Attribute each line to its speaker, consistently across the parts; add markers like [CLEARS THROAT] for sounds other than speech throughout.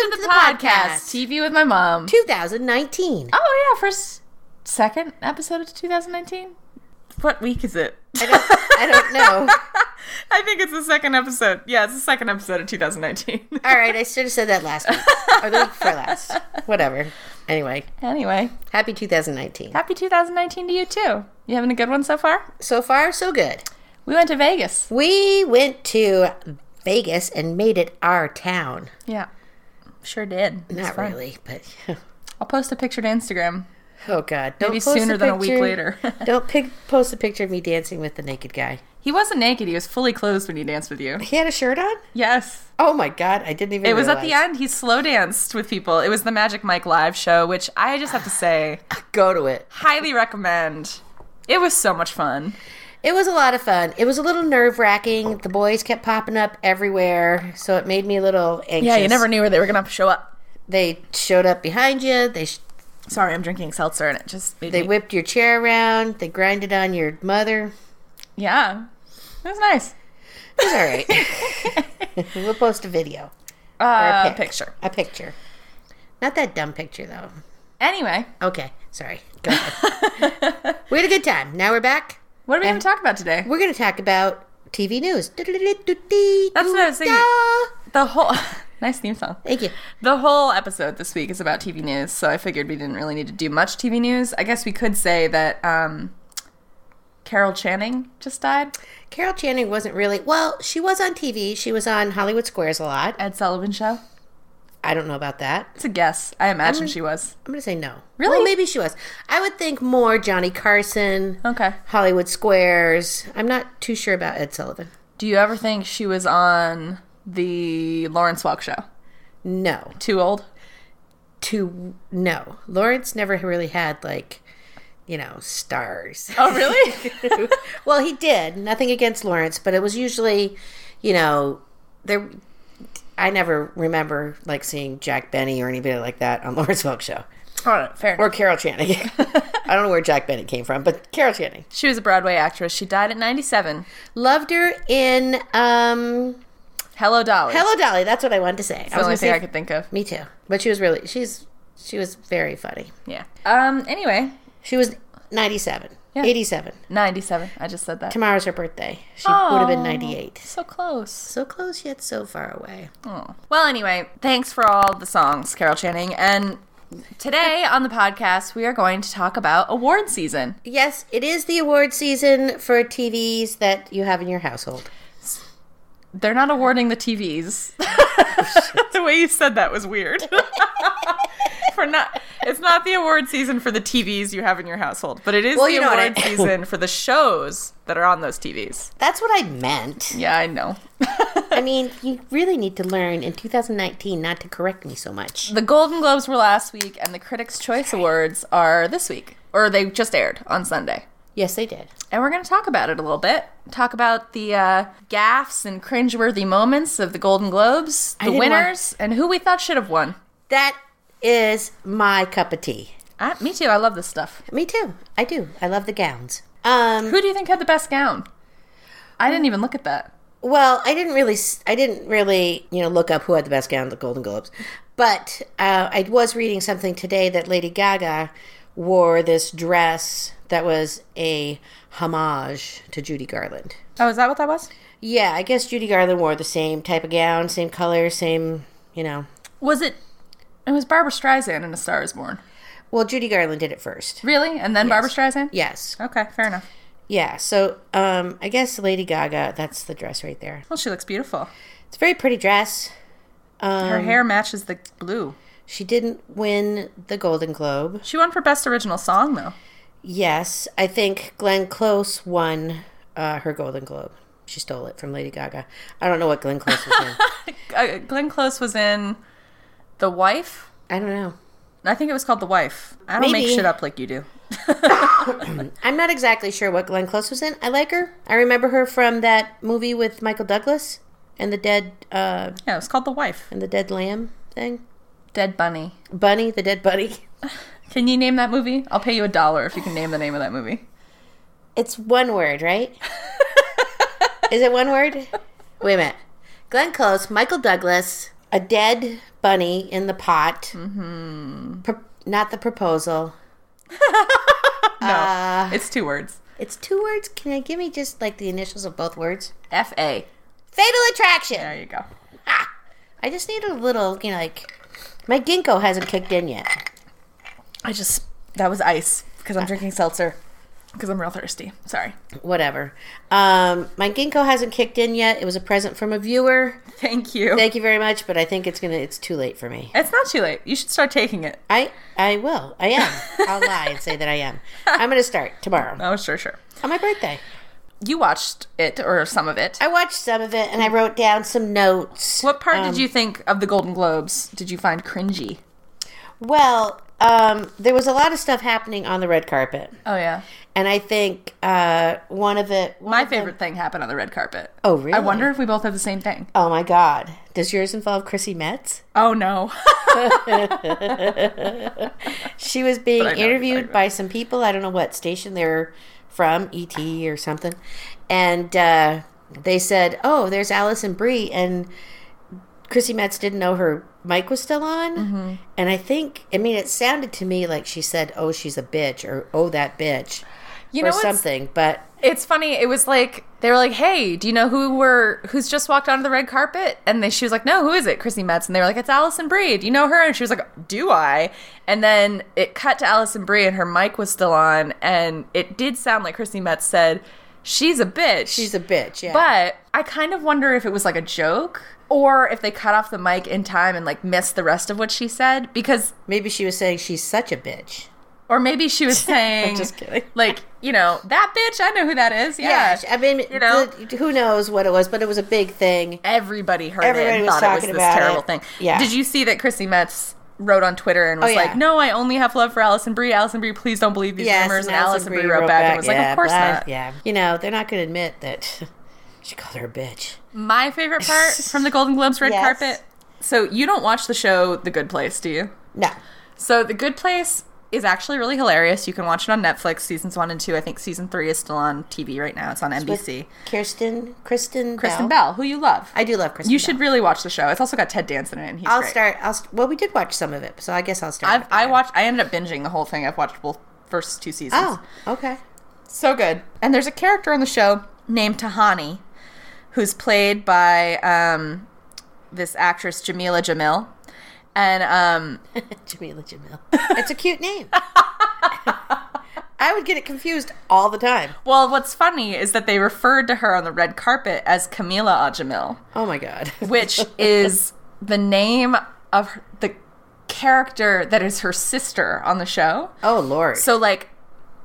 Speaker 1: podcast. TV with my mom.
Speaker 2: 2019.
Speaker 1: Oh yeah, first second episode of 2019. What week is it?
Speaker 2: I don't, I don't
Speaker 1: [LAUGHS]
Speaker 2: know.
Speaker 1: I think it's the second episode. Yeah, it's the second episode of 2019.
Speaker 2: All right, I should have said that last week or the week before last.
Speaker 1: [LAUGHS]
Speaker 2: Whatever. Anyway,
Speaker 1: anyway,
Speaker 2: happy 2019.
Speaker 1: happy 2019 to you too. You having a good one so far?
Speaker 2: So far, so good.
Speaker 1: We went to Vegas.
Speaker 2: We went to Vegas and made it our town.
Speaker 1: Yeah, sure did. It was
Speaker 2: Not
Speaker 1: fun.
Speaker 2: really, but [LAUGHS]
Speaker 1: I'll post a picture to Instagram
Speaker 2: oh god, don't
Speaker 1: maybe
Speaker 2: post
Speaker 1: sooner than a week
Speaker 2: picture-
Speaker 1: later. [LAUGHS]
Speaker 2: don't pic- post a picture of me dancing with the naked guy.
Speaker 1: he wasn't naked. He was fully clothed when he danced with you.
Speaker 2: He had a shirt on.
Speaker 1: Yes.
Speaker 2: Oh my god, I didn't even.
Speaker 1: It was at the
Speaker 2: realize.
Speaker 1: end. He slow danced with people. It was the Magic Mike live show, which I just have to say,
Speaker 2: [LAUGHS] Go to it.
Speaker 1: highly recommend. It was so much fun.
Speaker 2: It was a lot of fun. It was a little nerve wracking. The boys kept popping up everywhere, so it made me a little anxious.
Speaker 1: knew where they were gonna show up.
Speaker 2: They showed up behind you. They sh-
Speaker 1: Sorry, I'm drinking seltzer, and it just made
Speaker 2: they
Speaker 1: me.
Speaker 2: whipped your chair around. They grinded on your mother.
Speaker 1: yeah, it was [LAUGHS] nice.
Speaker 2: It was all
Speaker 1: [LAUGHS]
Speaker 2: right. [LAUGHS] we'll post a video,
Speaker 1: Uh,
Speaker 2: pic.
Speaker 1: picture.
Speaker 2: a picture. Not that dumb picture though.
Speaker 1: Anyway, [LAUGHS]
Speaker 2: Okay, sorry. Go ahead. we had a good time. Now we're back.
Speaker 1: what are we gonna talk about today?
Speaker 2: We're going to talk about TV news.
Speaker 1: That's
Speaker 2: That's
Speaker 1: what I was thinking. The whole [LAUGHS] nice theme song.
Speaker 2: Thank you.
Speaker 1: The whole episode this week is about TV news, so I figured we didn't really need to do much TV news. I guess we could say that um, Carol Channing just died.
Speaker 2: Carol Channing wasn't really well. She was on TV. She was on Hollywood Squares a lot.
Speaker 1: Ed Sullivan show?
Speaker 2: I don't know about that.
Speaker 1: It's a guess. I imagine she was.
Speaker 2: I'm gonna say no.
Speaker 1: Really?
Speaker 2: Well, maybe she was. I would think more Johnny Carson,
Speaker 1: Okay.
Speaker 2: Hollywood Squares. I'm not too sure about Ed Sullivan.
Speaker 1: Do you ever think she was on the Lawrence Welk show?
Speaker 2: No,
Speaker 1: Too old?
Speaker 2: to no. Lawrence never really had like, you know, stars.
Speaker 1: Oh, really?
Speaker 2: [LAUGHS] well, he did. Nothing against Lawrence, but it was usually, you know, there. I never remember like seeing Jack Benny or anybody like that on [LAUGHS] Lawrence Welk show.
Speaker 1: [LAUGHS] All right, fair
Speaker 2: or Carol Channing. [LAUGHS] I don't know where Jack Bennett came from, but Carol Channing.
Speaker 1: She was a Broadway actress. She died at 97.
Speaker 2: Loved her in um,
Speaker 1: Hello, Dolly.
Speaker 2: Hello Dolly. That's what I wanted to say. I
Speaker 1: the
Speaker 2: was
Speaker 1: only
Speaker 2: gonna
Speaker 1: thing I
Speaker 2: say,
Speaker 1: could think of.
Speaker 2: me too. But she was really she's she was very funny.
Speaker 1: Yeah. Um. Anyway,
Speaker 2: She was 97,
Speaker 1: Yeah.
Speaker 2: 87.
Speaker 1: 97. I just said that.
Speaker 2: Tomorrow's her birthday. She would have been
Speaker 1: Aw.
Speaker 2: 98.
Speaker 1: So close.
Speaker 2: So close yet so far away.
Speaker 1: Oh. Well, anyway, thanks for all the songs, Carol Channing. And today on the podcast, we are going to talk about award season.
Speaker 2: Yes, it is the award season for TVs that you have in your household.
Speaker 1: They're not awarding the [LAUGHS] TVs. the way you said that was weird. [LAUGHS] [LAUGHS] for not, it's not the award season for the TVs you have in your household, but it is
Speaker 2: Well,
Speaker 1: the
Speaker 2: you know what
Speaker 1: award [LAUGHS]
Speaker 2: I-
Speaker 1: season for the shows that are on those TVs.
Speaker 2: That's what I meant.
Speaker 1: Yeah, I [LAUGHS] know.
Speaker 2: I mean, you really need to learn in 2019 not to correct me so much.
Speaker 1: the Golden Globes were last week, and the Critics' Choice Awards are this week, or they just aired on Sunday.
Speaker 2: Yes, they did.
Speaker 1: And we're going to talk about it a little bit. Talk about the uh, gaffes and cringeworthy moments of the Golden Globes, the
Speaker 2: didn't want-
Speaker 1: winners, and who we thought should have won.
Speaker 2: That is my cup of tea.
Speaker 1: I, me too. I love this stuff.
Speaker 2: Me too. I do. I love the gowns. Um,
Speaker 1: Who do you think had the best gown? I didn't even look at that.
Speaker 2: well, I didn't really, s- I didn't really, you know, look up who had the best gown at the Golden Globes, but uh, I was reading something today that Lady Gaga wore this dress that was a homage to Judy Garland.
Speaker 1: Oh, is that what that was?
Speaker 2: Yeah, I guess Judy Garland wore the same type of gown, same color, same, you know.
Speaker 1: Was it? It was Barbara Streisand in A Star Is Born.
Speaker 2: Well, Judy Garland did it first.
Speaker 1: Really? And then Barbara Streisand?
Speaker 2: Yes.
Speaker 1: Okay, fair enough.
Speaker 2: Yeah. So, um, I guess Lady Gaga, that's the dress right there.
Speaker 1: Well, she looks beautiful.
Speaker 2: It's a very pretty dress.
Speaker 1: Her hair matches the blue.
Speaker 2: She didn't win the Golden Globe.
Speaker 1: She won for best original song though.
Speaker 2: Yes, I think Glenn Close won uh, her Golden Globe. She stole it from Lady Gaga. I don't know what Glenn Close was in.
Speaker 1: Uh, Glenn Close was in The Wife.
Speaker 2: I don't know.
Speaker 1: I think it was called The Wife. I don't make
Speaker 2: Maybe.
Speaker 1: shit up like you do.
Speaker 2: I'm not exactly sure what Glenn Close was in. I like her. I remember her from that movie with Michael Douglas and the dead uh,
Speaker 1: Yeah, it was called The Wife.
Speaker 2: and the dead lamb thing.
Speaker 1: Dead Bunny.
Speaker 2: Bunny, the dead bunny. [LAUGHS]
Speaker 1: Can you name that movie? I'll pay you a dollar if you can name the name of that movie.
Speaker 2: It's one word, right? Is it one word? Wait a minute. Glenn Close, Michael Douglas, a dead bunny in the pot. Pro- not the proposal.
Speaker 1: No, it's two words.
Speaker 2: It's two words. Can I give me just like the initials of both words?
Speaker 1: F A.
Speaker 2: Fatal attraction.
Speaker 1: There you go.
Speaker 2: I just need a little, you know, like my ginkgo hasn't kicked in yet.
Speaker 1: I just that was ice because I'm drinking [LAUGHS] seltzer because Uh, I'm real thirsty. Sorry.
Speaker 2: Whatever. Um, my ginkgo hasn't kicked in yet. It was a present from a viewer.
Speaker 1: Thank you.
Speaker 2: Thank you very much, but I think it's gonna. It's too late for me.
Speaker 1: it's not too late. You should start taking it.
Speaker 2: I I will. I am.
Speaker 1: [LAUGHS]
Speaker 2: I'll lie and say that I am. I'm gonna start tomorrow
Speaker 1: Oh, sure, sure.
Speaker 2: on my birthday.
Speaker 1: You watched it or some of it.
Speaker 2: I watched some of it and I wrote down some notes.
Speaker 1: What part
Speaker 2: Um,
Speaker 1: did you think of the Golden Globes? Did you find cringy?
Speaker 2: Well, um, there was a lot of stuff happening on the red carpet,
Speaker 1: Oh yeah.
Speaker 2: and I think uh, one of it. one
Speaker 1: My
Speaker 2: of them-
Speaker 1: favorite thing happened on the red carpet.
Speaker 2: Oh really?
Speaker 1: I wonder if we both have the same thing.
Speaker 2: Oh my God! Does yours involve Chrissy Metz?
Speaker 1: Oh no. [LAUGHS]
Speaker 2: She was being
Speaker 1: I know what you're talking
Speaker 2: interviewed
Speaker 1: about.
Speaker 2: by some people. I don't know what station they're from, ET or something. And uh, they said, "Oh, there's Allison Brie," and Chrissy Metz didn't know her mic was still on.
Speaker 1: Mm-hmm.
Speaker 2: And I think, I mean, it sounded to me like she said, "Oh, she's a bitch," or "Oh, that bitch,"
Speaker 1: You know
Speaker 2: or
Speaker 1: what's
Speaker 2: something. But
Speaker 1: It's funny. It was like they were like, "Hey, do you know who were who's just walked onto the red carpet?" And they, she was like, "No, who is it?" Chrissy Metz, and they were like, "It's Allison Brie. Do you know her?" And she was like, "Do I?" And then it cut to Allison Brie, and her mic was still on, and it did sound like Chrissy Metz said, "She's a bitch."
Speaker 2: she's a bitch. Yeah.
Speaker 1: But I kind of wonder if it was like a joke or if they cut off the mic in time and like missed the rest of what she said because
Speaker 2: Maybe she was saying she's such a bitch.
Speaker 1: or maybe she
Speaker 2: [LAUGHS]
Speaker 1: was saying
Speaker 2: just kidding.
Speaker 1: like you know that bitch i know who that is yeah,
Speaker 2: Yeah, I mean,
Speaker 1: you know?
Speaker 2: the- who knows what it was, but it was a big thing.
Speaker 1: everybody heard it
Speaker 2: Everybody
Speaker 1: and
Speaker 2: was
Speaker 1: thought it was
Speaker 2: talking
Speaker 1: this
Speaker 2: about
Speaker 1: terrible
Speaker 2: it.
Speaker 1: thing.
Speaker 2: Yeah.
Speaker 1: Did you see that Chrissy Metz wrote on Twitter and was
Speaker 2: Oh, yeah.
Speaker 1: like, "No, I only have love for Allison Brie. Allison Brie, please don't believe these rumors." And Allison Brie wrote back and was like,
Speaker 2: yeah,
Speaker 1: "Of course
Speaker 2: blah,
Speaker 1: not."
Speaker 2: Yeah, you know they're not going to admit that [LAUGHS] she called her a bitch.
Speaker 1: My
Speaker 2: [LAUGHS]
Speaker 1: favorite part from the Golden Globes red
Speaker 2: Yes.
Speaker 1: carpet. So you don't watch the show The Good Place, do you?
Speaker 2: No,
Speaker 1: So The Good Place is actually really hilarious. You can watch it on Netflix. Seasons one and two. I think season three is still on TV right now. It's on NBC.
Speaker 2: with Kirsten, Kristen,
Speaker 1: Kristen Bell, who you love.
Speaker 2: I do love Kristen.
Speaker 1: you
Speaker 2: Bell.
Speaker 1: should really watch the show. It's also got Ted Danson in it. And he's
Speaker 2: I'll
Speaker 1: great.
Speaker 2: start. I'll. St- well, we did watch some of it, so I guess I'll start.
Speaker 1: I've,
Speaker 2: with
Speaker 1: I
Speaker 2: that.
Speaker 1: watched. I ended up binging the whole thing. I've watched both first two seasons.
Speaker 2: Oh, okay. [LAUGHS]
Speaker 1: so good! And there's a character on the show named Tahani, who's played by um, this actress Jamila Jamil, and um,
Speaker 2: Jamila Jamil. It's a
Speaker 1: [LAUGHS]
Speaker 2: cute name. [LAUGHS] I would get it confused all the time.
Speaker 1: well, what's funny is that they referred to her on the red carpet as Camila Jamil,
Speaker 2: Oh my god.
Speaker 1: which is the name of her- the character that is her sister on the show.
Speaker 2: Oh lord.
Speaker 1: So like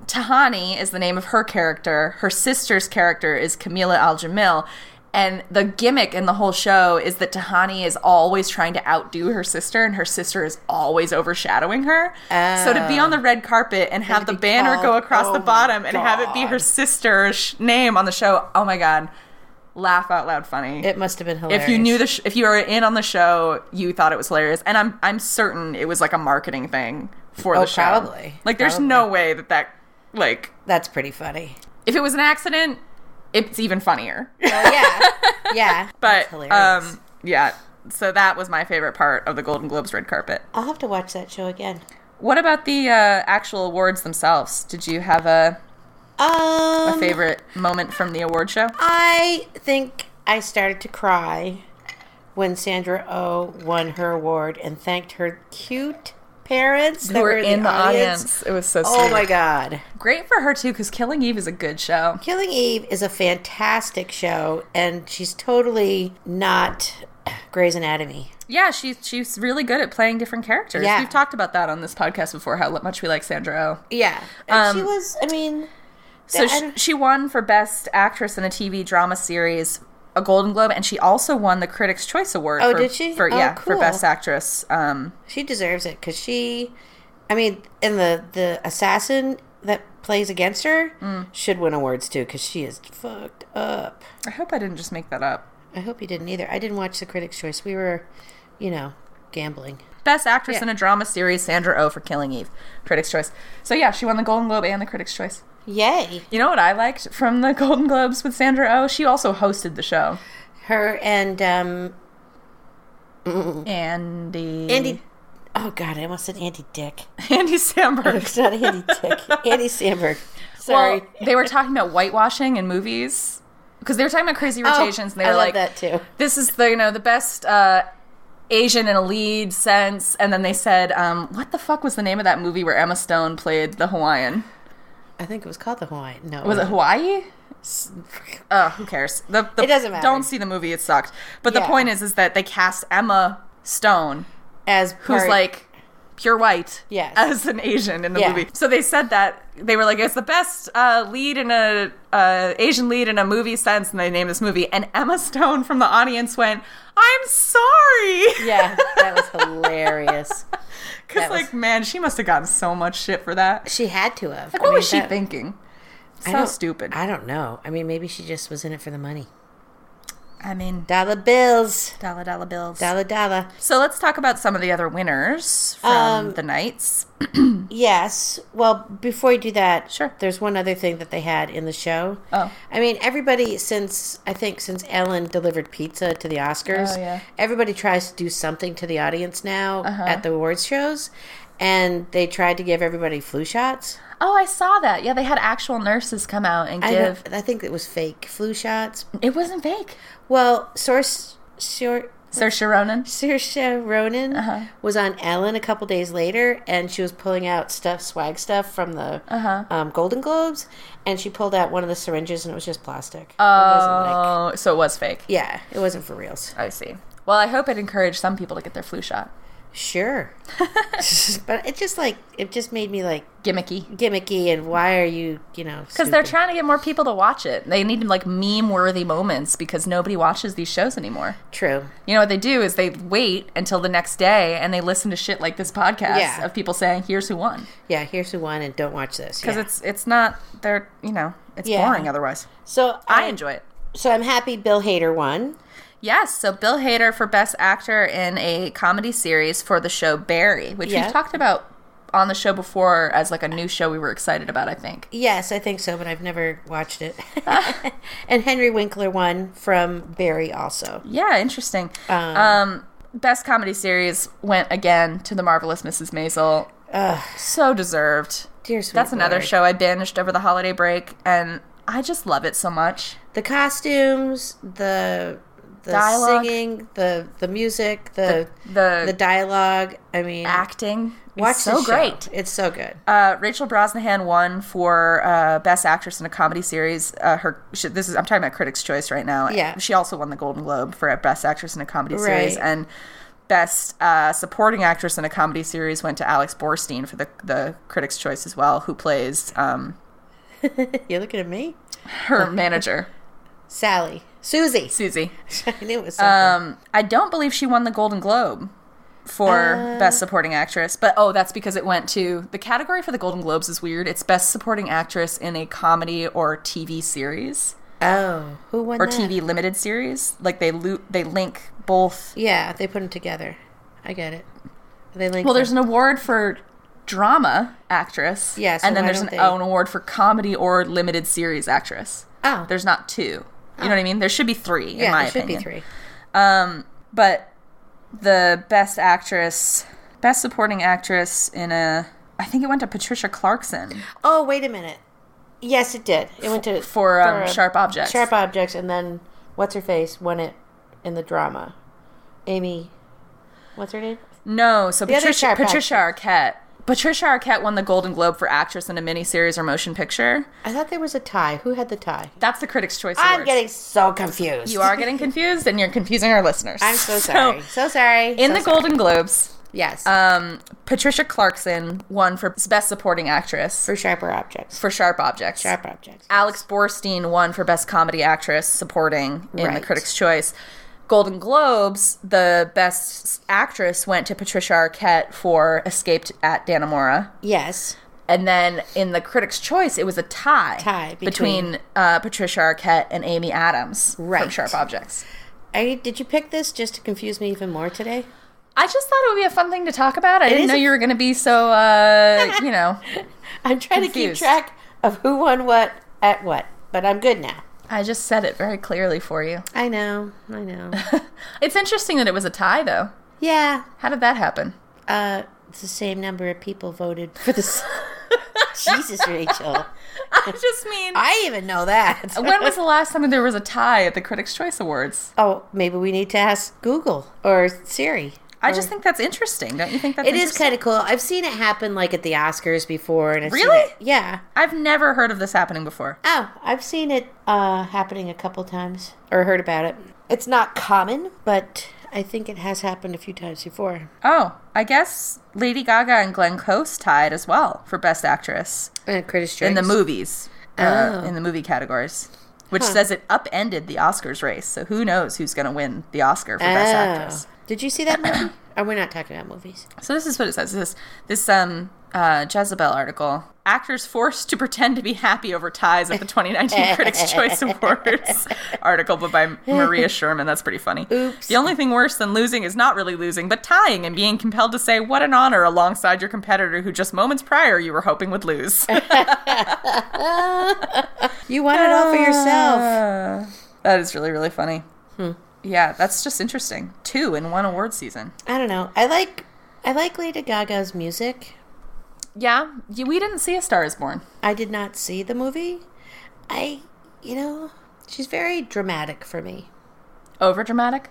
Speaker 1: Tahani is the name of her character. Her sister's character is Camila Al Jamil. And the gimmick in the whole show is that Tahani is always trying to outdo her sister, and her sister is always overshadowing her. So to be on the
Speaker 2: Oh.
Speaker 1: red carpet and have the
Speaker 2: be
Speaker 1: banner go
Speaker 2: called-
Speaker 1: across
Speaker 2: oh
Speaker 1: the
Speaker 2: my
Speaker 1: bottom and have it be her
Speaker 2: God.
Speaker 1: sister's sh- name on the show, oh my god, laugh out loud funny.
Speaker 2: it must have been hilarious.
Speaker 1: if you knew the, sh- if you were in on the show, you thought it was hilarious, and I'm I'm certain it was like a marketing thing for
Speaker 2: Oh,
Speaker 1: the show.
Speaker 2: probably.
Speaker 1: Like, there's
Speaker 2: Probably.
Speaker 1: no way that that like
Speaker 2: that's pretty funny.
Speaker 1: if it was an accident, it's even
Speaker 2: [LAUGHS]
Speaker 1: funnier. [LAUGHS]
Speaker 2: Well, yeah, yeah. That's
Speaker 1: but
Speaker 2: hilarious.
Speaker 1: um, yeah. So that was my favorite part of the Golden Globes red carpet.
Speaker 2: I'll have to watch that show again.
Speaker 1: What about the uh, actual awards themselves? Did you have a,
Speaker 2: Um,
Speaker 1: a favorite moment from the award show?
Speaker 2: I think I started to cry when Sandra O oh won her award and thanked her cute parents that
Speaker 1: Who
Speaker 2: were in, the, audience.
Speaker 1: It was so sweet.
Speaker 2: Oh my god.
Speaker 1: Great for her too, because Killing Eve is a good show.
Speaker 2: Killing Eve is a fantastic show and she's totally not Grey's Anatomy.
Speaker 1: Yeah, she's she's really good at playing different characters.
Speaker 2: Yeah.
Speaker 1: We've talked about that on this podcast before how much we like Sandra Oh.
Speaker 2: Yeah. And she
Speaker 1: Um,
Speaker 2: was I mean
Speaker 1: So
Speaker 2: I
Speaker 1: sh
Speaker 2: don't-
Speaker 1: she won for best actress in a TV drama series, a Golden Globe, and she also won the Critics' Choice Award.
Speaker 2: Oh,
Speaker 1: for,
Speaker 2: did she?
Speaker 1: For,
Speaker 2: Oh,
Speaker 1: yeah, for
Speaker 2: cool.
Speaker 1: best actress. Um,
Speaker 2: she deserves it because she I mean and the the assassin that plays against her
Speaker 1: Mm.
Speaker 2: should win awards too because she is fucked up.
Speaker 1: I hope I didn't just make that up.
Speaker 2: I hope you didn't either. I didn't watch the Critics' Choice. We were, you know, gambling.
Speaker 1: Best actress
Speaker 2: Yeah.
Speaker 1: in a drama series, Sandra Oh for Killing Eve, Critics' Choice. So yeah, she won the Golden Globe and the Critics' Choice.
Speaker 2: Yay!
Speaker 1: You know what I liked from the [LAUGHS] Golden Globes with Sandra Oh? She also hosted the show.
Speaker 2: Her and um,
Speaker 1: Andy.
Speaker 2: Andy. Oh God, I almost said Andy Dick.
Speaker 1: [LAUGHS]
Speaker 2: [LAUGHS]
Speaker 1: Andy Samberg.
Speaker 2: It's not Andy Dick.
Speaker 1: [LAUGHS]
Speaker 2: Andy Samberg. Sorry.
Speaker 1: Well, they were talking about whitewashing in movies because they were talking about Crazy Rich
Speaker 2: Oh,
Speaker 1: Asians, and
Speaker 2: I
Speaker 1: they were
Speaker 2: love
Speaker 1: like,
Speaker 2: that too.
Speaker 1: "This is the you know the best uh, Asian in a lead sense." And then they said, um, "What the fuck was the name of that movie where Emma Stone played the Hawaiian?
Speaker 2: I think it was called the Hawaiian. No,
Speaker 1: Was it Hawaii?" Oh, who cares? The, the,
Speaker 2: It doesn't matter.
Speaker 1: Don't see the movie; it sucked. But the
Speaker 2: Yeah.
Speaker 1: point is, is that they cast Emma Stone
Speaker 2: as
Speaker 1: who's
Speaker 2: part-
Speaker 1: like pure white
Speaker 2: Yes.
Speaker 1: as an asian in the
Speaker 2: Yeah.
Speaker 1: movie so they said that they were like it's the best uh, lead in a uh, asian lead in a movie sense and they named this movie and emma stone from the audience went i'm sorry
Speaker 2: [LAUGHS]
Speaker 1: [LAUGHS]
Speaker 2: yeah, that was hilarious.
Speaker 1: because
Speaker 2: that was-
Speaker 1: like man she must have gotten so much shit for that
Speaker 2: She had to have.
Speaker 1: what was she thinking
Speaker 2: I
Speaker 1: so
Speaker 2: don't-
Speaker 1: stupid I,
Speaker 2: I don't know. I mean, maybe she just was in it for the money.
Speaker 1: mean
Speaker 2: Dollar bills,
Speaker 1: dollar dollar bills
Speaker 2: dollar dollar.
Speaker 1: so let's talk about some of the other winners from
Speaker 2: Um,
Speaker 1: the nights
Speaker 2: Yes. Well, before you do that,
Speaker 1: Sure.
Speaker 2: There's one other thing that they had in the show.
Speaker 1: Oh.
Speaker 2: I mean, everybody since I think since Ellen delivered pizza to the Oscars,
Speaker 1: Oh, yeah. Uh-huh.
Speaker 2: everybody tries to do something to the audience now at the awards shows, and they tried to give everybody flu shots.
Speaker 1: oh i saw that yeah they had actual nurses come out and
Speaker 2: I,
Speaker 1: give
Speaker 2: don't- I think it was fake flu shots.
Speaker 1: it wasn't fake
Speaker 2: Well, source short.
Speaker 1: sir sharonan
Speaker 2: [LAUGHS] Saoirse Ronan
Speaker 1: Uh-huh.
Speaker 2: was on Ellen a couple days later, and she was pulling out stuff, swag stuff from the
Speaker 1: Uh-huh.
Speaker 2: um, Golden Globes, and she pulled out one of the syringes, and it was just plastic. it wasn't like,
Speaker 1: Oh, so it was fake.
Speaker 2: yeah, it wasn't for reals.
Speaker 1: I see. Well, I hope it encouraged some people to get their flu shot. [LAUGHS]
Speaker 2: Sure, but it just like it just made me like
Speaker 1: Gimmicky.
Speaker 2: gimmicky, and why are you, you know?
Speaker 1: Because they're
Speaker 2: stupid.
Speaker 1: trying to get more people to watch it. They need like meme worthy moments because nobody watches these shows anymore.
Speaker 2: true.
Speaker 1: You know what they do is they wait until the next day and they listen to shit like this podcast
Speaker 2: Yeah.
Speaker 1: of people saying, here's who won.
Speaker 2: Yeah, here's who won, and don't watch this
Speaker 1: Because
Speaker 2: yeah.
Speaker 1: it's it's not, they're, you know, it's
Speaker 2: Yeah.
Speaker 1: boring otherwise.
Speaker 2: so
Speaker 1: I
Speaker 2: um,
Speaker 1: enjoy it.
Speaker 2: So I'm happy Bill Hader won.
Speaker 1: Yes, so Bill Hader for Best Actor in a Comedy Series for the show Barry, which
Speaker 2: Yeah.
Speaker 1: we've talked about on the show before as like a new show we were excited about, I think.
Speaker 2: Yes, I think so, but I've never
Speaker 1: [LAUGHS]
Speaker 2: watched it. [LAUGHS] and Henry Winkler won from Barry also.
Speaker 1: Yeah, interesting.
Speaker 2: Uh,
Speaker 1: Um, Best Comedy Series went again to The Marvelous Mrs. Maisel. So deserved.
Speaker 2: Dear sweet
Speaker 1: That's another
Speaker 2: Lord.
Speaker 1: show I binged over the holiday break, and I just love it so much.
Speaker 2: The costumes, the the
Speaker 1: Dialogue.
Speaker 2: singing, the the music, the
Speaker 1: The
Speaker 2: the dialogue. I mean,
Speaker 1: acting
Speaker 2: watch
Speaker 1: is so
Speaker 2: the show.
Speaker 1: great.
Speaker 2: It's so good.
Speaker 1: Uh, Rachel Brosnahan won for uh, best actress in a comedy series. Uh, her she, this is I'm talking about Critics' Choice right now.
Speaker 2: Yeah.
Speaker 1: she also won the Golden Globe for best actress in a comedy series,
Speaker 2: Right.
Speaker 1: and best uh, supporting actress in a comedy series went to Alex Borstein for the the Critics' Choice as well, who plays um,
Speaker 2: [LAUGHS] You're looking at me,
Speaker 1: her
Speaker 2: [LAUGHS]
Speaker 1: manager
Speaker 2: Sally, Susie. [LAUGHS]
Speaker 1: Susie.
Speaker 2: I knew it was something.
Speaker 1: Um, I don't believe she won the Golden Globe for
Speaker 2: Uh.
Speaker 1: best supporting actress, but oh, that's because it went to the category for the Golden Globes is weird. It's best supporting actress in a comedy or TV series
Speaker 2: oh, who won?
Speaker 1: or
Speaker 2: that?
Speaker 1: TV limited series. Like they lo- they link both.
Speaker 2: Yeah, they put them together. I get it. They linked.
Speaker 1: Well, there's an award for drama actress,
Speaker 2: Yeah, so
Speaker 1: and then
Speaker 2: why
Speaker 1: there's an,
Speaker 2: don't they-
Speaker 1: an award for comedy or limited series actress.
Speaker 2: oh,
Speaker 1: There's not two. You know what I mean? There should be three.
Speaker 2: yeah,
Speaker 1: in my
Speaker 2: there should
Speaker 1: opinion.
Speaker 2: be three.
Speaker 1: but the best actress, best supporting actress in a, I think it went to Patricia Clarkson
Speaker 2: Oh, wait a minute. Yes, it did. It went to
Speaker 1: for, um,
Speaker 2: a-
Speaker 1: Sharp Objects.
Speaker 2: Sharp Objects, and then what's her face won it in the drama. Amy, what's her name?
Speaker 1: no, so
Speaker 2: other
Speaker 1: Patricia,
Speaker 2: Sharp
Speaker 1: Patricia Arquette. Patricia Arquette won the Golden Globe for actress in a miniseries or motion picture.
Speaker 2: I thought there was a tie. Who had the tie?
Speaker 1: That's the Critics' Choice
Speaker 2: I'm
Speaker 1: Awards.
Speaker 2: getting so confused.
Speaker 1: you are
Speaker 2: [LAUGHS]
Speaker 1: getting confused, and you're confusing our listeners. [LAUGHS]
Speaker 2: I'm so sorry. So, sorry.
Speaker 1: in
Speaker 2: So
Speaker 1: the
Speaker 2: sorry.
Speaker 1: Golden Globes,
Speaker 2: yes
Speaker 1: um, Patricia Clarkson won for Best Supporting Actress
Speaker 2: for sharper objects.
Speaker 1: for Sharp Objects.
Speaker 2: sharp objects.
Speaker 1: Alex Borstein won for Best Comedy Actress Supporting in the
Speaker 2: Right.
Speaker 1: Critics' Choice. Golden Globes, the Best Actress went to Patricia Arquette for Escaped at Dannemora.
Speaker 2: yes,
Speaker 1: And then in the Critics' Choice, it was a tie,
Speaker 2: Tie
Speaker 1: between, uh, Patricia Arquette and Amy Adams from
Speaker 2: Right.
Speaker 1: Sharp Objects.
Speaker 2: I did. You pick this just to confuse me even more today.
Speaker 1: I just thought it would be a fun thing to talk about. I didn't
Speaker 2: is
Speaker 1: know
Speaker 2: a-
Speaker 1: you were going to be so,
Speaker 2: [LAUGHS]
Speaker 1: uh, you know.
Speaker 2: I'm trying to keep
Speaker 1: Confused.
Speaker 2: track of who won what at what, but I'm good now.
Speaker 1: I just said it very clearly for you.
Speaker 2: I know. I know.
Speaker 1: It's interesting that it was a tie, though.
Speaker 2: [LAUGHS] yeah.
Speaker 1: How did that
Speaker 2: [LAUGHS]
Speaker 1: happen?
Speaker 2: Uh, it's the same number of people voted for this. [LAUGHS] Jesus, Rachel. Uh,
Speaker 1: I just mean,
Speaker 2: I even know that.
Speaker 1: when was the last time there was a tie at the Critics' Choice Awards?
Speaker 2: Oh, maybe we need to ask Google or Siri.
Speaker 1: I just think that's interesting. Don't you think that's
Speaker 2: It is kind of cool. I've seen it happen like at the Oscars before, and I've seen
Speaker 1: Really?
Speaker 2: it- yeah.
Speaker 1: I've never heard of this happening before.
Speaker 2: Oh, I've seen it uh, happening a couple times or heard about it. It's not common, but I think it has happened a few times before.
Speaker 1: Oh, I guess Lady Gaga and Glenn Close tied as well for Best Actress
Speaker 2: And Critics
Speaker 1: in the
Speaker 2: Choice.
Speaker 1: movies, uh,
Speaker 2: Oh.
Speaker 1: in the movie categories, which says it upended the Oscars race. So who knows who's going to win the Oscar for Best Actress?
Speaker 2: Oh. Did you see that movie? oh, we're not talking about [LAUGHS] movies.
Speaker 1: So this is what it says. This this um uh, Jezebel article. Actors forced to pretend to be happy over ties at the
Speaker 2: [LAUGHS]
Speaker 1: 2019 Critics' Choice Awards article, but by Maria Sherman. That's pretty funny.
Speaker 2: Oops.
Speaker 1: The only thing worse than losing is not really losing, but tying and being compelled to say what an honor alongside your competitor who just moments prior you were hoping would lose. [LAUGHS]
Speaker 2: You want it all for yourself.
Speaker 1: Uh, that is really really funny. Yeah, that's just interesting. Two in one award season.
Speaker 2: I don't know. I like I like Lady Gaga's music.
Speaker 1: Yeah, you- we didn't see a Star Is Born.
Speaker 2: I did not see the movie. I, you know, she's very dramatic for me.
Speaker 1: Over dramatic.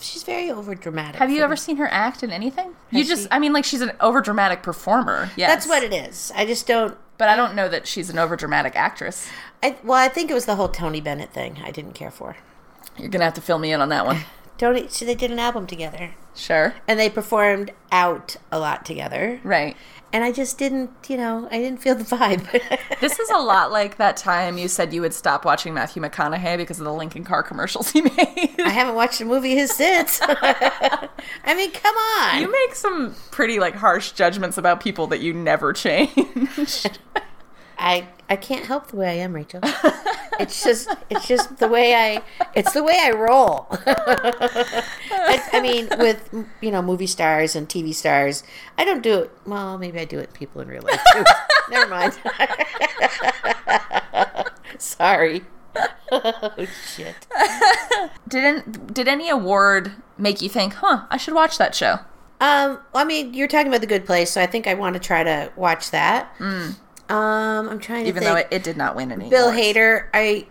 Speaker 2: She's very over dramatic.
Speaker 1: Have you ever seen her act in anything? You
Speaker 2: Has
Speaker 1: just,
Speaker 2: she-
Speaker 1: I mean, like she's an overdramatic performer. Yes,
Speaker 2: That's what it is. I just don't.
Speaker 1: But I don't know that she's an overdramatic actress.
Speaker 2: I well, I think it was the whole Tony Bennett thing. I didn't care for.
Speaker 1: You're gonna have to fill me in on that one.
Speaker 2: Tony. So they did an album together,
Speaker 1: [LAUGHS] Sure.
Speaker 2: and they performed out a lot together.
Speaker 1: Right.
Speaker 2: And I just didn't, you know, I didn't feel the vibe.
Speaker 1: This is a lot like that time you said you would stop watching Matthew McConaughey because of the Lincoln Car commercials he
Speaker 2: [LAUGHS] I
Speaker 1: made.
Speaker 2: haven't watched a movie his since.
Speaker 1: [LAUGHS]
Speaker 2: [LAUGHS] I mean, come on.
Speaker 1: You make some pretty like harsh judgments about people that you never change.
Speaker 2: I I can't help the way I am, Rachel. it's just it's just the way I it's the way I roll. [LAUGHS] I, I mean, with you know movie stars and TV stars, I don't do it. Well, maybe I do it to people in real life
Speaker 1: [LAUGHS]
Speaker 2: too. Never mind. [LAUGHS] Sorry. [LAUGHS] oh shit.
Speaker 1: [LAUGHS] Didn't did any award make you think, huh? I should watch that show.
Speaker 2: Um, well, I mean, you're talking about the Good Place, so I think I want to try to watch that. Um, I'm trying to
Speaker 1: Mm. Even
Speaker 2: think.
Speaker 1: though it, it did not win any.
Speaker 2: Bill
Speaker 1: awards.
Speaker 2: Hader, I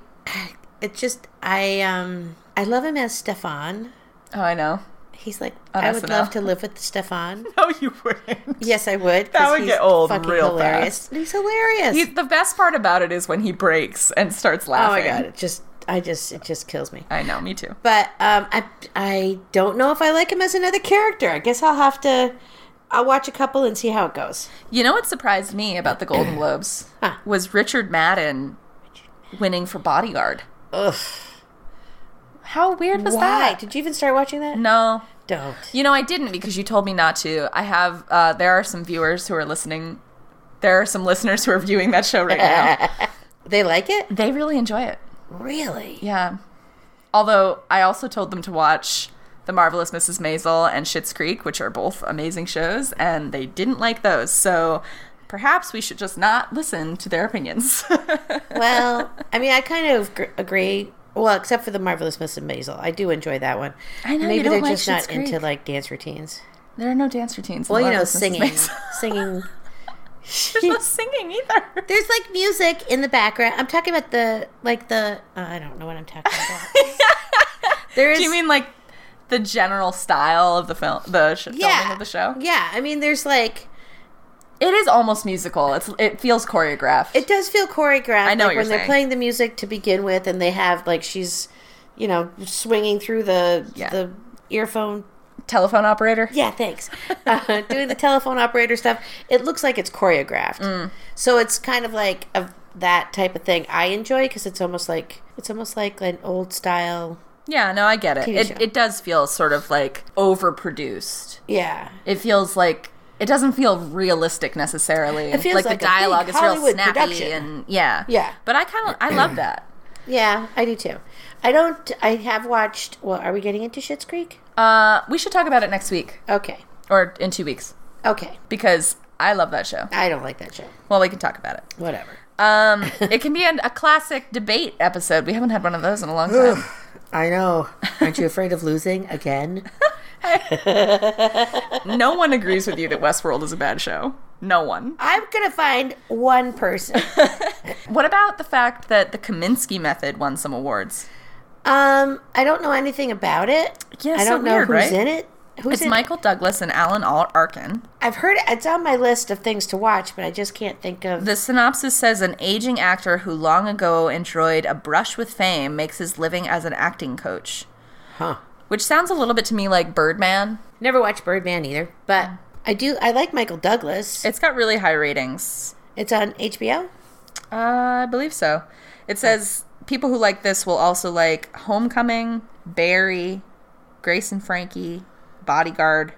Speaker 2: it just I um I love him as Stefan.
Speaker 1: Oh, I know.
Speaker 2: He's like I would
Speaker 1: SNL.
Speaker 2: love to live with Stefan.
Speaker 1: [LAUGHS] No, you wouldn't.
Speaker 2: Yes, I would. 'cause
Speaker 1: That would
Speaker 2: he's
Speaker 1: get old
Speaker 2: fucking
Speaker 1: real
Speaker 2: hilarious.
Speaker 1: fast.
Speaker 2: He's hilarious.
Speaker 1: He, the best part about it is when he breaks and starts
Speaker 2: oh my
Speaker 1: laughing.
Speaker 2: god, it just I just it just kills me.
Speaker 1: I know, me too.
Speaker 2: But um I I don't know if I like him as another character. I guess I'll have to I'll watch a couple and see how it goes.
Speaker 1: You know what surprised me about the Golden Globes
Speaker 2: [CLEARS THROAT] Huh.
Speaker 1: was Richard Madden winning for Bodyguard.
Speaker 2: Ugh.
Speaker 1: How weird was
Speaker 2: Why?
Speaker 1: that?
Speaker 2: Did you even start watching that?
Speaker 1: No.
Speaker 2: Don't.
Speaker 1: You know, I didn't because you told me not to. I have, uh, there are some viewers who are listening. There are some [LAUGHS] listeners who are viewing that show right
Speaker 2: [LAUGHS]
Speaker 1: now.
Speaker 2: They like it?
Speaker 1: they really enjoy it.
Speaker 2: Really?
Speaker 1: Yeah. Although I also told them to watch The Marvelous Mrs. Maisel and Schitt's Creek, which are both amazing shows, and they didn't like those. So perhaps we should just not listen to their opinions. [LAUGHS]
Speaker 2: well, I mean, I kind of gr- agree. Well, except for the marvelous Mrs. Maisel, I do enjoy that one.
Speaker 1: I know, you
Speaker 2: Maybe
Speaker 1: don't
Speaker 2: they're
Speaker 1: like
Speaker 2: just not
Speaker 1: Schitt's Creek.
Speaker 2: into like dance routines.
Speaker 1: there are no dance routines. in
Speaker 2: Well,
Speaker 1: The
Speaker 2: you know,
Speaker 1: Marvelous Mrs.
Speaker 2: singing,
Speaker 1: Maisel.
Speaker 2: [LAUGHS] singing.
Speaker 1: There's no singing either.
Speaker 2: There's like music in the background. I'm talking about the like the uh, I don't know what I'm talking
Speaker 1: [LAUGHS]
Speaker 2: about. there is.
Speaker 1: Do you mean like the general style of the film, the sh- filming
Speaker 2: yeah
Speaker 1: of the show?
Speaker 2: Yeah, I mean, there's like
Speaker 1: It is almost musical. It's it feels choreographed.
Speaker 2: it does feel choreographed.
Speaker 1: I know what
Speaker 2: like,
Speaker 1: you're
Speaker 2: when they're
Speaker 1: saying.
Speaker 2: playing the music to begin with, and they have like she's, you know, swinging through the
Speaker 1: Yeah.
Speaker 2: the earphone
Speaker 1: Telephone operator.
Speaker 2: Yeah, thanks. Uh, doing the telephone operator stuff. It looks like it's choreographed. So it's kind of like a, that type of thing I enjoy because it's almost like it's almost like an old style.
Speaker 1: Yeah, no, I get it.
Speaker 2: TV
Speaker 1: It,
Speaker 2: show.
Speaker 1: it does feel sort of like overproduced.
Speaker 2: Yeah.
Speaker 1: it feels like it doesn't feel realistic necessarily.
Speaker 2: feels
Speaker 1: like,
Speaker 2: like a
Speaker 1: the
Speaker 2: big
Speaker 1: dialogue is real
Speaker 2: Hollywood
Speaker 1: snappy
Speaker 2: production.
Speaker 1: and yeah,
Speaker 2: Yeah.
Speaker 1: But I kind of I love that.
Speaker 2: Yeah, I do too. I don't. I have watched. Well, are we getting into Schitt's Creek?
Speaker 1: Uh, we should talk about it next week
Speaker 2: Okay.
Speaker 1: or in two weeks
Speaker 2: Okay.
Speaker 1: because I love that show.
Speaker 2: I don't like that show.
Speaker 1: Well, we can talk about it.
Speaker 2: Whatever.
Speaker 1: Um, it can be an, a classic debate episode. We haven't had one of those in a long
Speaker 2: [SIGHS]
Speaker 1: time.
Speaker 2: I know. Aren't you afraid of losing again?
Speaker 1: no one agrees with you that Westworld is a bad show. No one.
Speaker 2: [LAUGHS] I'm going to find one [LAUGHS] person.
Speaker 1: What about the fact that the Kaminsky method won some awards?
Speaker 2: Um, I don't know anything about it.
Speaker 1: Yeah,
Speaker 2: I
Speaker 1: so
Speaker 2: don't know
Speaker 1: weird,
Speaker 2: who's
Speaker 1: right?
Speaker 2: in it. Who's
Speaker 1: It's
Speaker 2: in
Speaker 1: Michael Douglas and Alan Al- Arkin.
Speaker 2: I've heard it's on my list of things to watch, but I just can't think of.
Speaker 1: The synopsis says an aging actor who long ago enjoyed a brush with fame makes his living as an acting coach,
Speaker 2: huh.
Speaker 1: which sounds a little bit to me like Birdman.
Speaker 2: Never watched Birdman either, but I do. I like Michael Douglas.
Speaker 1: It's got really high ratings.
Speaker 2: It's on HBO.
Speaker 1: Uh, I believe so. It says people who like this will also like Homecoming, Barry, Grace and Frankie, Bodyguard.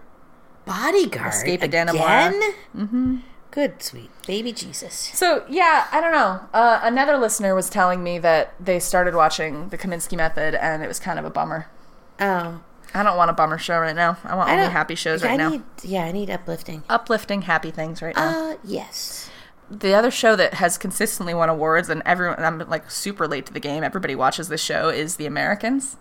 Speaker 2: Bodyguard.
Speaker 1: Escape at
Speaker 2: again.
Speaker 1: Dannemora.
Speaker 2: Mm-hmm. Good sweet baby Jesus.
Speaker 1: So yeah, I don't know. Uh, another listener was telling me that they started watching The Kaminsky Method, and it was kind of a bummer.
Speaker 2: Oh,
Speaker 1: I don't want a bummer show right now. I want
Speaker 2: I
Speaker 1: only
Speaker 2: don't
Speaker 1: happy shows
Speaker 2: I
Speaker 1: right now.
Speaker 2: Need, yeah, I need uplifting.
Speaker 1: Uplifting, happy things right now.
Speaker 2: Uh, yes.
Speaker 1: the other show that has consistently won awards, and everyone, and I'm like super late to the game. Everybody watches this show is The Americans.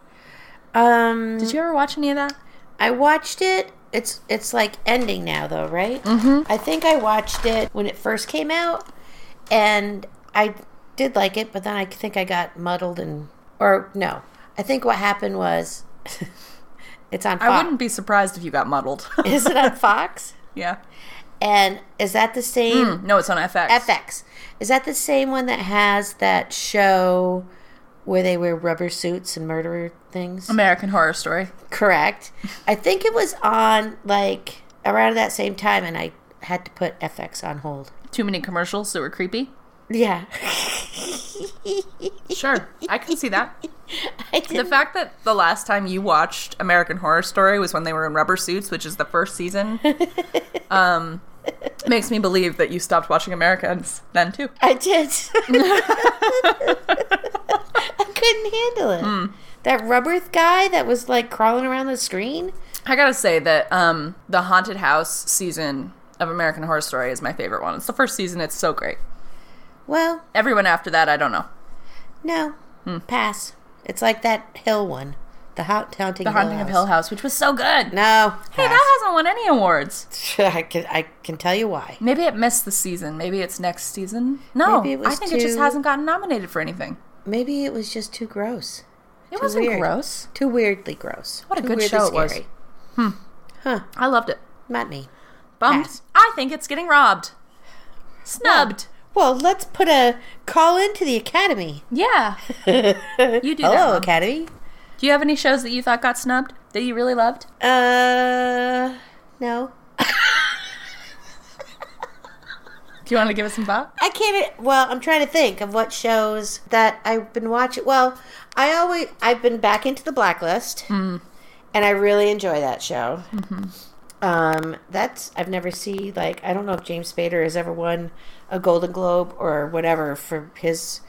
Speaker 2: Um,
Speaker 1: Did you ever watch any of that?
Speaker 2: I watched it. It's it's like ending now though, right? Mm-hmm. I think I watched it when it first came out, and I did like it, but then I think I got muddled and or no, I think what happened was [LAUGHS] it's on. Fox.
Speaker 1: I wouldn't be surprised if you got muddled.
Speaker 2: [LAUGHS]
Speaker 1: [LAUGHS]
Speaker 2: Is it on Fox?
Speaker 1: yeah.
Speaker 2: And is that the same
Speaker 1: No, it's on FX.
Speaker 2: FX? Is that the same one that has that show where they wear rubber suits and murder things?
Speaker 1: American Horror Story.
Speaker 2: Correct. I think it was on like around that same time, and I had to put FX on hold.
Speaker 1: Too many commercials that were creepy.
Speaker 2: [LAUGHS] Yeah,
Speaker 1: Sure, I can see that.
Speaker 2: I
Speaker 1: The
Speaker 2: didn't.
Speaker 1: fact that the last time you watched American Horror Story was when they were in rubber suits, which is the first
Speaker 2: [LAUGHS]
Speaker 1: season, um, makes me believe that you stopped watching Americans then too.
Speaker 2: I did. [LAUGHS] I couldn't handle it.
Speaker 1: Hmm.
Speaker 2: That rubber guy that was like crawling around the screen.
Speaker 1: I gotta say that um, the haunted house season of American Horror Story is my favorite one. It's the first season; it's so great.
Speaker 2: Well,
Speaker 1: Everyone after that, I don't know.
Speaker 2: no,
Speaker 1: Hmm.
Speaker 2: pass. It's like that hill one, the haunt, haunting,
Speaker 1: The Haunting of Hill House, which was so good.
Speaker 2: No,
Speaker 1: Hey, that hasn't won any awards.
Speaker 2: pass. [LAUGHS] I can I can tell you why.
Speaker 1: Maybe it missed the season. Maybe it's next season. No,
Speaker 2: Maybe it
Speaker 1: I
Speaker 2: was
Speaker 1: think it just
Speaker 2: too-
Speaker 1: hasn't gotten nominated for anything.
Speaker 2: Maybe it was just too gross,
Speaker 1: It wasn't
Speaker 2: weird.
Speaker 1: gross.
Speaker 2: too weirdly gross.
Speaker 1: What a
Speaker 2: Too
Speaker 1: good
Speaker 2: weirdly
Speaker 1: show it was. Hmm.
Speaker 2: scary.
Speaker 1: I loved it.
Speaker 2: Not me.
Speaker 1: Bummed.
Speaker 2: Pass.
Speaker 1: I think it's getting robbed. Snubbed.
Speaker 2: Well, let's put a call into the Academy.
Speaker 1: Yeah. [LAUGHS] you do that.
Speaker 2: [LAUGHS] Hello,
Speaker 1: one.
Speaker 2: Academy.
Speaker 1: Do you have any shows that you thought got snubbed that you really loved?
Speaker 2: Uh, no.
Speaker 1: Do you want to give us some thought?
Speaker 2: I can't. e, Well, I'm trying to think of what shows that I've been watching. Well, I always I've been back into the Blacklist, and I really enjoy that show. Um, that's I've never seen like I don't know if James Spader has ever won a Golden Globe or whatever for his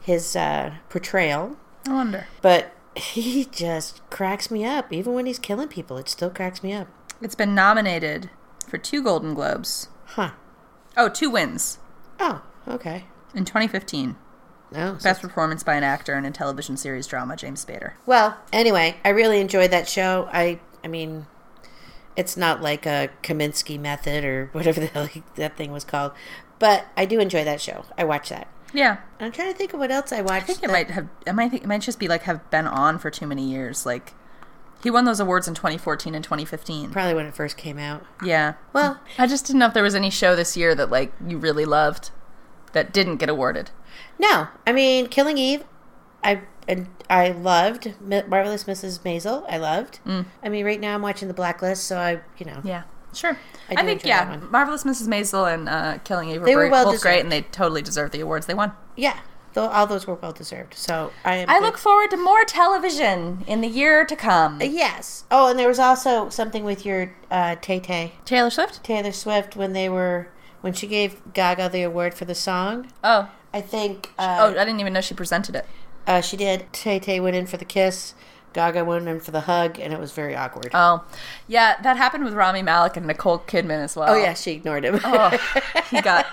Speaker 2: his uh, portrayal.
Speaker 1: I wonder.
Speaker 2: but [LAUGHS] he just cracks me up. Even when he's killing people, it still cracks me up.
Speaker 1: It's been nominated for two Golden Globes.
Speaker 2: Huh.
Speaker 1: Oh, two wins
Speaker 2: Oh, okay. Oh,
Speaker 1: in 2015.
Speaker 2: No. so-
Speaker 1: Best performance by an actor in a television series drama, James Spader.
Speaker 2: well, anyway, I really enjoyed that show. I I mean, it's not like a Kaminsky method or [LAUGHS] whatever the hell he- that thing was called, but I do enjoy that show. I watch that.
Speaker 1: Yeah,
Speaker 2: I'm trying to think of what else I watched.
Speaker 1: I think it
Speaker 2: that-
Speaker 1: might have. It might. It might just be like have been on for too many years. Like he won those awards in 2014 and 2015.
Speaker 2: probably when it first came out.
Speaker 1: Yeah.
Speaker 2: Well,
Speaker 1: I just didn't know if there was any show this year that like you really loved that didn't get awarded.
Speaker 2: No, I mean Killing Eve. I and I loved Mi- Marvelous Mrs. Maisel. I loved. I mean, right now I'm watching The Blacklist, so I, you know,
Speaker 1: Mm. Yeah, sure.
Speaker 2: I
Speaker 1: I,
Speaker 2: do
Speaker 1: think
Speaker 2: enjoy
Speaker 1: yeah,
Speaker 2: that one.
Speaker 1: Marvelous Mrs. Maisel and uh, Killing Eve were,
Speaker 2: They were
Speaker 1: very-
Speaker 2: well
Speaker 1: both great,
Speaker 2: deserved.
Speaker 1: and they totally deserved the awards they won.
Speaker 2: yeah, though all those were well deserved. So I am.
Speaker 1: I
Speaker 2: good-
Speaker 1: look forward to more television in the year to come.
Speaker 2: Yes. Oh, and there was also something with your uh, Tay Tay
Speaker 1: Taylor Swift.
Speaker 2: Taylor Swift when they were when she gave Gaga the award for the song.
Speaker 1: Oh,
Speaker 2: I think
Speaker 1: oh,
Speaker 2: uh,
Speaker 1: I didn't even know she presented it.
Speaker 2: uh, she did. Tay Tay went in for the kiss. Gaga went in for the hug, and it was very awkward.
Speaker 1: Oh, yeah, that happened with Rami Malek and Nicole Kidman as well.
Speaker 2: oh yeah, she ignored him.
Speaker 1: Oh, he got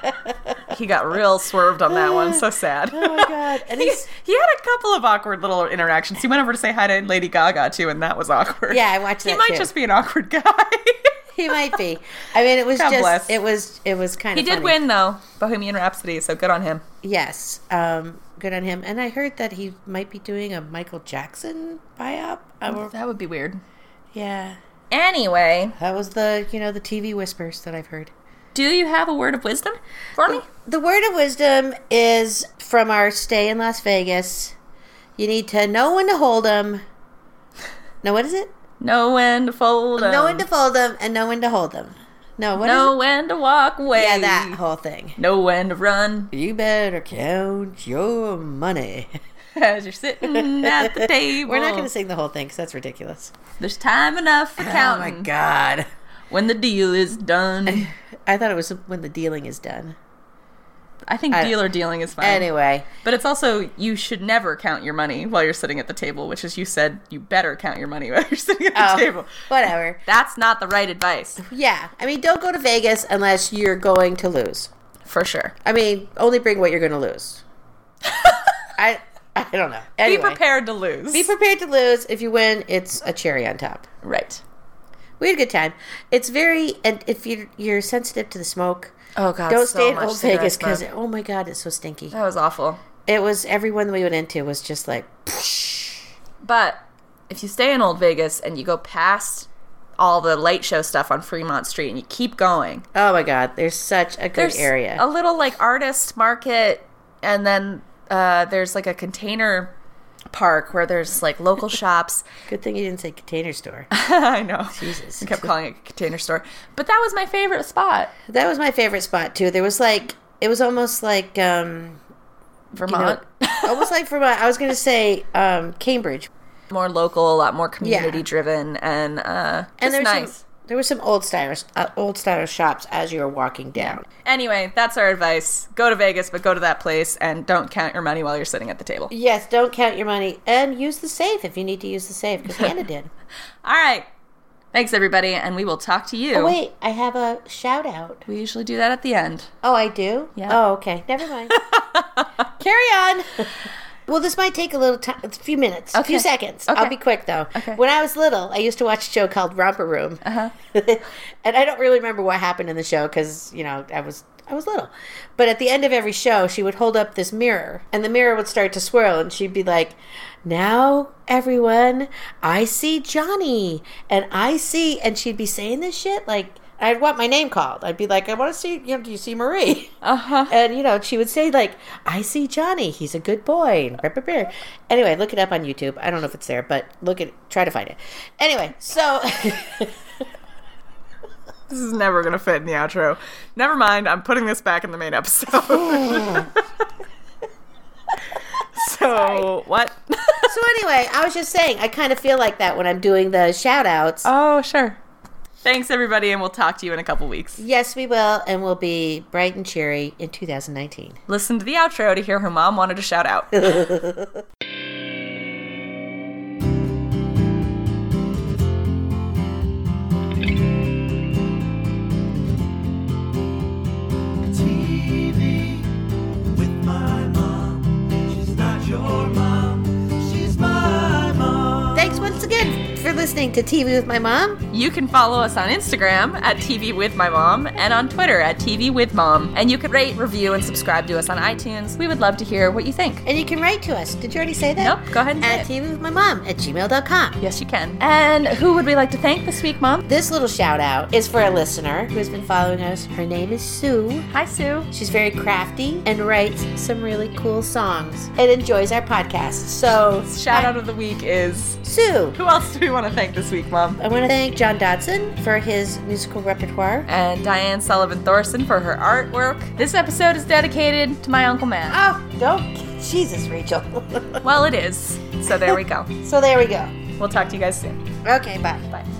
Speaker 1: he got real swerved on that one. So sad.
Speaker 2: [LAUGHS] Oh my god! And
Speaker 1: [LAUGHS] he,
Speaker 2: he's
Speaker 1: he had a couple of awkward little interactions. He went over to say hi to Lady Gaga too, and that was awkward.
Speaker 2: Yeah, I watched
Speaker 1: He
Speaker 2: that,
Speaker 1: might
Speaker 2: too.
Speaker 1: just be an awkward guy.
Speaker 2: [LAUGHS] [LAUGHS] he might be. I mean, it was
Speaker 1: God
Speaker 2: just
Speaker 1: bless.
Speaker 2: it was it was
Speaker 1: [LAUGHS]
Speaker 2: kind
Speaker 1: he
Speaker 2: of
Speaker 1: did
Speaker 2: funny.
Speaker 1: win though, Bohemian Rhapsody. So good on him.
Speaker 2: Yes, um, good on him. And I heard that he might be doing a Michael Jackson biop. I won't-
Speaker 1: That would be weird.
Speaker 2: yeah,
Speaker 1: Anyway,
Speaker 2: that was the you know the TV whispers that I've heard.
Speaker 1: do you have a word of wisdom for me?
Speaker 2: The word of wisdom is from our stay in Las Vegas. You need to know when to hold them. No, what is it?
Speaker 1: No when to fold 'em.
Speaker 2: know when to fold them and know when to hold them. No, what is
Speaker 1: know when to walk away.
Speaker 2: it? Yeah, that whole thing.
Speaker 1: Know when to run [LAUGHS]
Speaker 2: You better count your money.
Speaker 1: as you're sitting at the table.
Speaker 2: [LAUGHS] We're not Oh going to sing the whole thing because that's ridiculous.
Speaker 1: There's time enough for counting
Speaker 2: god!
Speaker 1: when the deal is done.
Speaker 2: I thought it was when the dealing is done.
Speaker 1: I think
Speaker 2: I-
Speaker 1: deal or dealing is fine. [LAUGHS]
Speaker 2: Anyway,
Speaker 1: But it's also you should never count your money while you're sitting at the table, which is you said you better count your money [LAUGHS] while you're sitting at the
Speaker 2: oh,
Speaker 1: table.
Speaker 2: whatever.
Speaker 1: That's not the right advice.
Speaker 2: Yeah, I mean, don't go to Vegas unless you're going to lose.
Speaker 1: For sure.
Speaker 2: I mean, only bring what you're going to
Speaker 1: [LAUGHS]
Speaker 2: lose. I I don't know. Anyway,
Speaker 1: Be prepared to lose.
Speaker 2: Be prepared to lose. If you win, it's a cherry on top.
Speaker 1: right.
Speaker 2: We had a good time. It's very and if you you're sensitive to the smoke,
Speaker 1: Oh god.
Speaker 2: don't
Speaker 1: so
Speaker 2: stay in
Speaker 1: much
Speaker 2: Old
Speaker 1: cigarette
Speaker 2: Vegas because
Speaker 1: smoke.
Speaker 2: oh my god, it's so stinky.
Speaker 1: that was awful.
Speaker 2: It was everyone we went into was just like
Speaker 1: But if you stay in Old Vegas and you go past all the light show stuff on Fremont Street and you keep going,
Speaker 2: Oh my god, there's such a good
Speaker 1: there's
Speaker 2: area.
Speaker 1: a little like artist market, and then uh, there's like a container park where there's like local
Speaker 2: [LAUGHS]
Speaker 1: shops. [LAUGHS]
Speaker 2: good thing you didn't say container store.
Speaker 1: I know.
Speaker 2: Jesus.
Speaker 1: I kept calling it a container store, but that was my favorite spot,
Speaker 2: That was my favorite spot too. There was like it was almost like um you know,
Speaker 1: Vermont. [LAUGHS]
Speaker 2: almost like Vermont. I was gonna say um Cambridge.
Speaker 1: more local, a lot more community driven, and uh,
Speaker 2: And
Speaker 1: just
Speaker 2: there was
Speaker 1: nice.
Speaker 2: some there were some old style uh, old style shops as you were walking down.
Speaker 1: Anyway, that's our advice. Go to Vegas, but go to that place and don't count your money while you're sitting at the table.
Speaker 2: Yes, don't count your money and use the safe if you need to use the safe because
Speaker 1: [LAUGHS]
Speaker 2: Hannah did.
Speaker 1: All right. Thanks, everybody, and we will talk to you.
Speaker 2: Oh, wait, I have a shout out.
Speaker 1: We usually do that at the end.
Speaker 2: Oh, I do?
Speaker 1: Yeah.
Speaker 2: Oh, okay.
Speaker 1: [LAUGHS]
Speaker 2: Never mind. Carry on. Well, this might take a little time, a few minutes, a few
Speaker 1: Okay.
Speaker 2: seconds.
Speaker 1: Okay.
Speaker 2: I'll be quick though.
Speaker 1: Okay.
Speaker 2: When I was little, I used to watch a show called Romper Room, uh-huh. [LAUGHS] and I don't really remember what happened in the show because you know I was I was little. But at the end of every show, she would hold up this mirror, and the mirror would start to swirl, and she'd be like, "Now, everyone, I see Johnny, and I see," and she'd be saying this shit like. I'd want my name called. I'd be like, I want to see, you know, do you see Marie? [LAUGHS]
Speaker 1: Uh huh.
Speaker 2: And you know, she would say like, "I see Johnny. He's a good boy." And brr, brr, brr. Anyway, look it up on YouTube. I don't know if it's there, but look at try to find it. Anyway, so [LAUGHS]
Speaker 1: This is never going to fit in the outro. Never mind. I'm putting this back in the main episode. [LAUGHS] so, what?
Speaker 2: so anyway, I was just saying, I kind of feel like that when I'm doing the shout outs.
Speaker 1: oh, sure. Thanks, everybody, and we'll talk to you in a couple weeks.
Speaker 2: yes, we will, and we'll be bright and cheery in 2019.
Speaker 1: Listen to the outro to hear who mom wanted to shout out.
Speaker 3: TV with my mom. She's not your mom, she's my mom.
Speaker 2: Thanks once again for listening to TV with my mom.
Speaker 1: You can follow us on Instagram at TV with my mom and on Twitter at TV with mom. And you can rate, review, and subscribe to us on iTunes. We would love to hear what you think.
Speaker 2: And you can write to us. Did you already say that?
Speaker 1: Nope, go ahead and say
Speaker 2: At
Speaker 1: it.
Speaker 2: TV with my mom at gmail.com.
Speaker 1: Yes, you can. And who would we like to thank this week, mom?
Speaker 2: This little shout out is for a listener who's been following us. Her name is Sue.
Speaker 1: Hi, Sue.
Speaker 2: She's very crafty and writes some really cool songs and enjoys our podcast. So,
Speaker 1: Shout out of the week is
Speaker 2: Sue.
Speaker 1: who else do we want to thank this week, mom?
Speaker 2: I want to thank John Dodson for his musical repertoire.
Speaker 1: And Diane Sullivan Thorson for her artwork. This episode is dedicated to my Uncle Matt.
Speaker 2: Oh, don't. Jesus, Rachel. [LAUGHS]
Speaker 1: Well, it is. So there we go.
Speaker 2: so there we go.
Speaker 1: We'll talk to you guys soon.
Speaker 2: Okay, bye.
Speaker 1: Bye.